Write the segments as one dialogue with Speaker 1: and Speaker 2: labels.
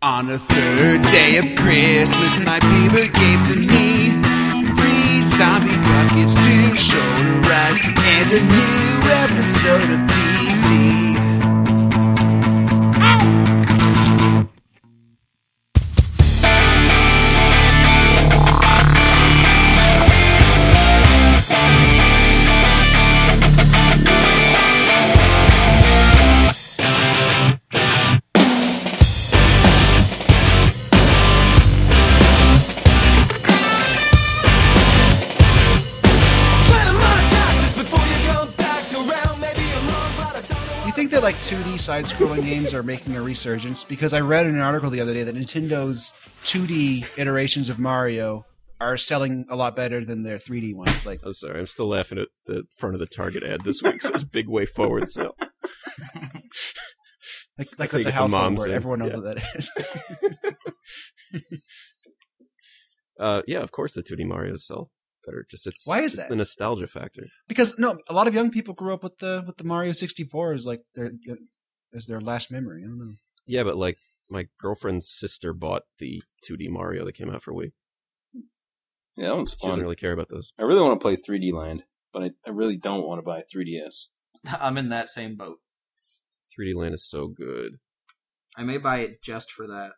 Speaker 1: On the third day of Christmas, my beaver gave to me three zombie buckets, two shoulder rides, and a new episode of DC.
Speaker 2: Do you think that like 2D side-scrolling games are making a resurgence? Because I read in an article the other day that Nintendo's 2D iterations of Mario are selling a lot better than their 3D ones. Like,
Speaker 3: I'm sorry, I'm still laughing at the front of the Target ad this week. Says "Big Way Forward" sale.
Speaker 2: like, like
Speaker 3: how you get
Speaker 2: that's
Speaker 3: the
Speaker 2: a household
Speaker 3: moms
Speaker 2: word.
Speaker 3: in.
Speaker 2: Everyone knows
Speaker 3: Yeah.
Speaker 2: what that is.
Speaker 3: Uh, yeah, of course the 2D Mario sell better. Just it's
Speaker 2: Why is
Speaker 3: it's
Speaker 2: that?
Speaker 3: the nostalgia factor?
Speaker 2: because no, a lot of young people grew up with the with the Mario 64 as like their as their last memory. I don't know.
Speaker 3: Yeah, but like my girlfriend's sister bought the 2D Mario that came out for Wii.
Speaker 4: Yeah, that one's
Speaker 3: She doesn't
Speaker 4: fun.
Speaker 3: really care about those.
Speaker 4: I really want to play 3D Land, but I, I really don't want to buy 3DS.
Speaker 5: I'm in that same boat.
Speaker 3: 3D Land is so good.
Speaker 5: I may buy it just for that.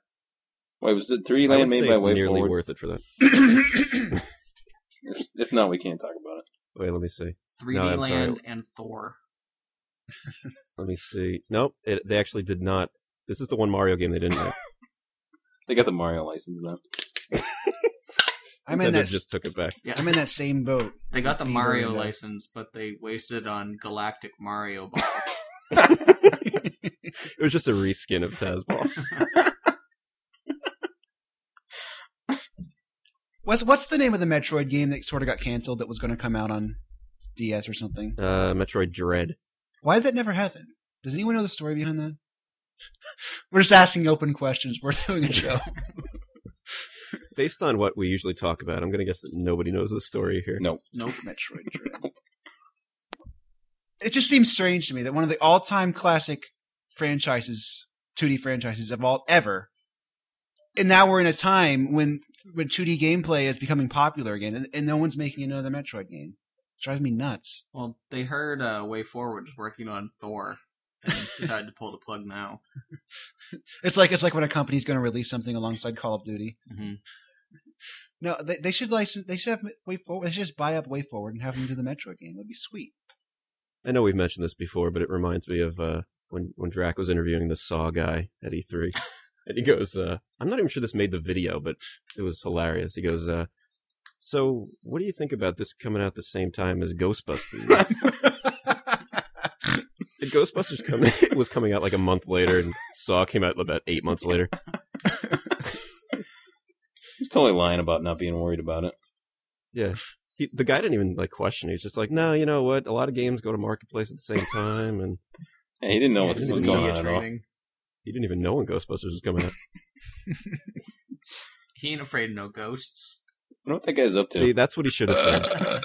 Speaker 4: Wait, was it 3D
Speaker 3: I would
Speaker 4: Land
Speaker 3: say
Speaker 4: made by
Speaker 3: it's
Speaker 4: Way
Speaker 3: nearly
Speaker 4: Forward?
Speaker 3: worth it for that.
Speaker 4: If, if not, we can't talk about it.
Speaker 3: Wait, let me see.
Speaker 5: 3D
Speaker 3: No, I'm sorry.
Speaker 5: Land and Thor.
Speaker 3: Let me see. Nope, it, they actually did not. This is the one Mario game they didn't make.
Speaker 4: They got the Mario license now.
Speaker 2: I'm in
Speaker 3: Nintendo
Speaker 2: that.
Speaker 3: just took it back.
Speaker 5: Yeah,
Speaker 2: I'm in that same boat.
Speaker 5: they got the
Speaker 2: Beaver
Speaker 5: Mario
Speaker 2: and, uh,
Speaker 5: license, but they wasted on Galactic Mario Ball.
Speaker 3: It was just a reskin of Tazball.
Speaker 2: What's what's the name of the Metroid game that sort of got canceled that was going to come out on DS or something?
Speaker 3: uh, Metroid Dread.
Speaker 2: Why did that never happen? Does anyone know the story behind that? We're just asking open questions. We're doing a show.
Speaker 3: Based on what we usually talk about, I'm going to guess that nobody knows the story here.
Speaker 4: No.
Speaker 5: nope.
Speaker 2: Metroid Dread. It just seems strange to me that one of the all-time classic franchises, 2D franchises of all ever, and now we're in a time when when 2D gameplay is becoming popular again, and, and no one's making another Metroid game. drives me nuts.
Speaker 5: Well, they heard uh, Way Forward was working on Thor and decided to pull the plug now.
Speaker 2: It's like it's like when a company's going to release something alongside Call of Duty.
Speaker 5: Mm-hmm.
Speaker 2: No, they, they should license. They should have way forward. They should just buy up way forward and have them do the Metroid game. That'd be sweet.
Speaker 3: I know we've mentioned this before, but it reminds me of uh, when when Drac was interviewing the Saw guy at E3, and he goes, uh, "I'm not even sure this made the video, but it was hilarious." He goes, uh, "So, what do you think about this coming out the same time as Ghostbusters?" And Ghostbusters come, was coming out like a month later, and Saw came out about eight months later.
Speaker 4: He's totally lying about not being worried about it.
Speaker 3: He, the guy didn't even like question. it. He's just like, "No, you know what? A lot of games go to marketplace at the same time, and
Speaker 4: And he didn't know
Speaker 3: Yeah,
Speaker 4: what
Speaker 3: he
Speaker 4: this was
Speaker 3: didn't
Speaker 4: going
Speaker 3: know
Speaker 4: on at all.
Speaker 3: he didn't even know when Ghostbusters was coming out."
Speaker 5: He ain't afraid of no ghosts.
Speaker 4: I wonder what that guy's up to.
Speaker 3: See, that's what he should have said.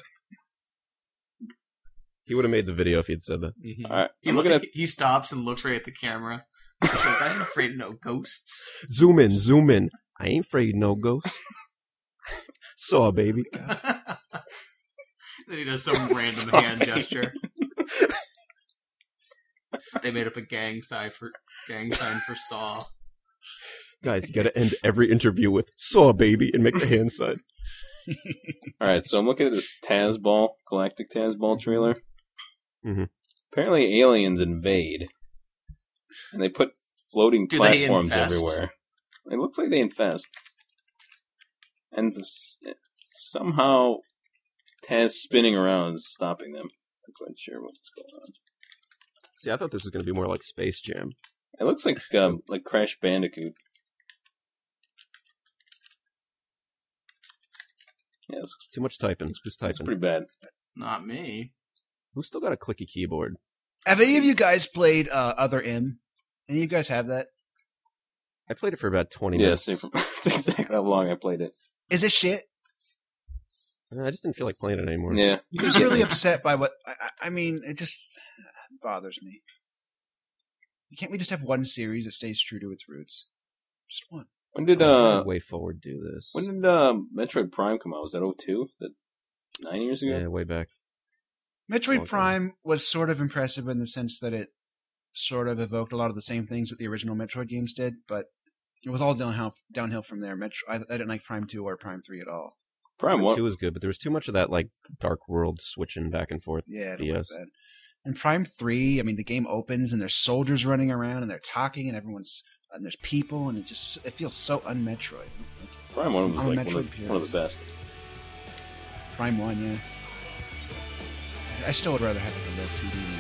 Speaker 3: he would have made the video if he had said that.
Speaker 5: Mhm.
Speaker 4: all right,
Speaker 5: He,
Speaker 4: I'm
Speaker 5: look,
Speaker 4: looking at
Speaker 5: he stops and looks right at the camera. He says, I ain't afraid of no ghosts.
Speaker 3: Zoom in, zoom in. I ain't afraid no ghost. Saw baby.
Speaker 5: then he does some random
Speaker 4: Sorry.
Speaker 5: hand gesture. they made up a gang sign for gang sign for Saw.
Speaker 3: Guys, you gotta end every interview with saw baby and make the hand sign.
Speaker 4: all right. So I'm looking at this Taz Ball Galactic Taz Ball trailer.
Speaker 3: Mhm.
Speaker 4: Apparently, aliens invade, and they put floating
Speaker 5: Do they
Speaker 4: platforms
Speaker 5: infest?
Speaker 4: everywhere. It looks like they infest, and s- somehow Taz spinning around is stopping them. I'm not quite sure what's going on.
Speaker 3: See, I thought this was gonna be more like Space Jam.
Speaker 4: It looks like um, like Crash Bandicoot. Yeah, it's
Speaker 3: Too much typing. Who's
Speaker 4: it's
Speaker 3: typing?
Speaker 4: pretty bad.
Speaker 5: Not me.
Speaker 3: Who's still got a clicky keyboard?
Speaker 2: Have any of you guys played uh, Other M? Any of you guys have that?
Speaker 3: I played it for about twenty
Speaker 4: Yeah,
Speaker 3: minutes.
Speaker 4: same for, that's exactly how long I played it.
Speaker 2: Is it shit?
Speaker 3: Uh, I just didn't feel like playing it anymore.
Speaker 4: Yeah,
Speaker 2: I was really upset by what. I, I- I mean, it just bothers me. Can't we just have one series that stays true to its roots? Just one.
Speaker 4: When did
Speaker 3: How
Speaker 4: uh
Speaker 3: did way forward do this.
Speaker 4: when did uh Metroid Prime come out? Was that 02? That nine years ago?
Speaker 3: yeah, way back.
Speaker 2: Metroid
Speaker 3: Okay.
Speaker 2: Prime was sort of impressive in the sense that it sort of evoked a lot of the same things that the original Metroid games did, but it was all downhill downhill from there. Metro, I, I didn't like Prime Two or Prime Three at all.
Speaker 4: Prime
Speaker 3: Prime
Speaker 4: one.
Speaker 3: Oh, Two was good, but there was too much of that like Dark World switching back and forth.
Speaker 2: Yeah, I don't like
Speaker 3: Yes.
Speaker 2: that. And Prime Three, I mean, the game opens and there's soldiers running around and they're talking and everyone's and there's people and it just it feels so un-Metroid.
Speaker 4: Prime one was
Speaker 2: I'm a
Speaker 4: like one
Speaker 2: Metroid
Speaker 4: of, one of the best.
Speaker 2: Prime One, yeah. I still would rather have like a real 2D